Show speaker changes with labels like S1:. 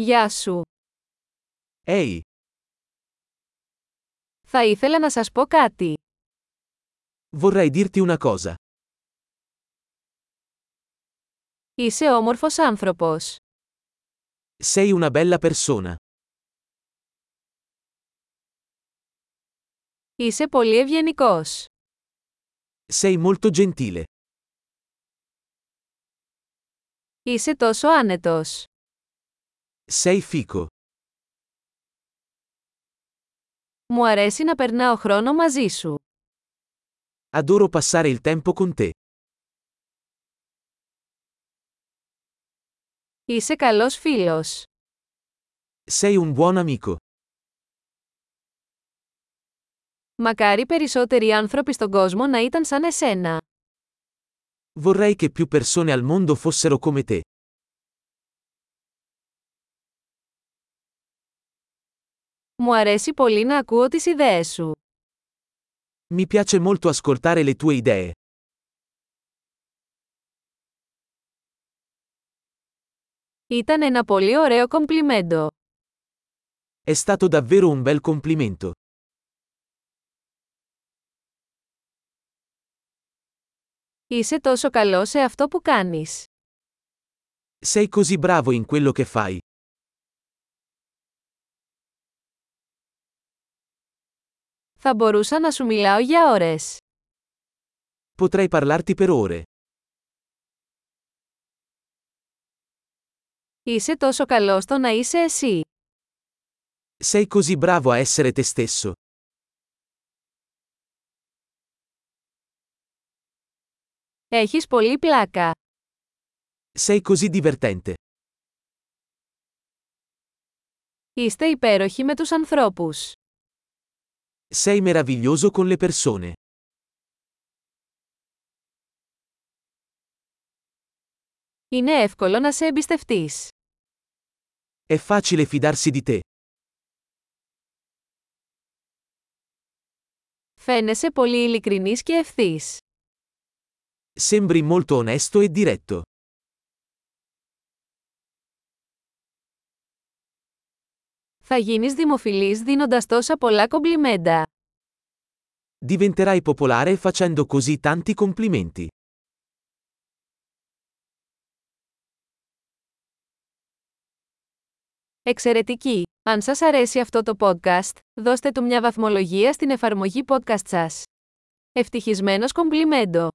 S1: Γεια σου.
S2: Ehi,
S1: Θα ήθελα να σας πω κάτι.
S2: vorrei dirti una cosa.
S1: Είσαι όμορφος άνθρωπος.
S2: Sei una bella persona.
S1: Είσαι πολύ ευγενικός.
S2: Sei molto gentile.
S1: Είσαι τόσο άνετος.
S2: Sei fico.
S1: Μου αρέσει να περνάω χρόνο μαζί σου.
S2: Adoro passare il tempo con te.
S1: Είσαι καλός φίλος.
S2: Sei un buon amico.
S1: Μακάρι περισσότεροι άνθρωποι στον κόσμο να ήταν σαν εσένα.
S2: Vorrei che più persone al mondo fossero come te.
S1: Μου αρέσει πολύ να ακούω τις ιδέες σου.
S2: Mi piace molto ascoltare le tue idee.
S1: Ήταν ένα πολύ ωραίο κομπλιμέντο.
S2: È stato davvero un bel complimento.
S1: Είσαι τόσο καλός σε αυτό που κάνεις.
S2: Sei così bravo in quello che fai.
S1: Θα μπορούσα να σου μιλάω για ώρες.
S2: Potrei parlarti per ore.
S1: Είσαι τόσο καλός στο να είσαι εσύ.
S2: Sei così bravo a essere te stesso.
S1: Έχεις πολύ πλάκα.
S2: Sei così divertente.
S1: Είστε υπέροχοι με τους ανθρώπους.
S2: Sei meraviglioso con le persone.
S1: Είναι εύκολο να σε εμπιστευτείς.
S2: È facile fidarsi di te.
S1: Φαίνεσαι πολύ ειλικρινής και ευθύς.
S2: Sembri molto onesto e diretto.
S1: Θα γίνεις δημοφιλής δίνοντας τόσα πολλά κομπλιμέντα.
S2: Diventerai popolare facendo così tanti complimenti.
S1: Εξαιρετική! Αν σας αρέσει αυτό το podcast, δώστε του μια βαθμολογία στην εφαρμογή podcast σας. Ευτυχισμένος κομπλιμέντο!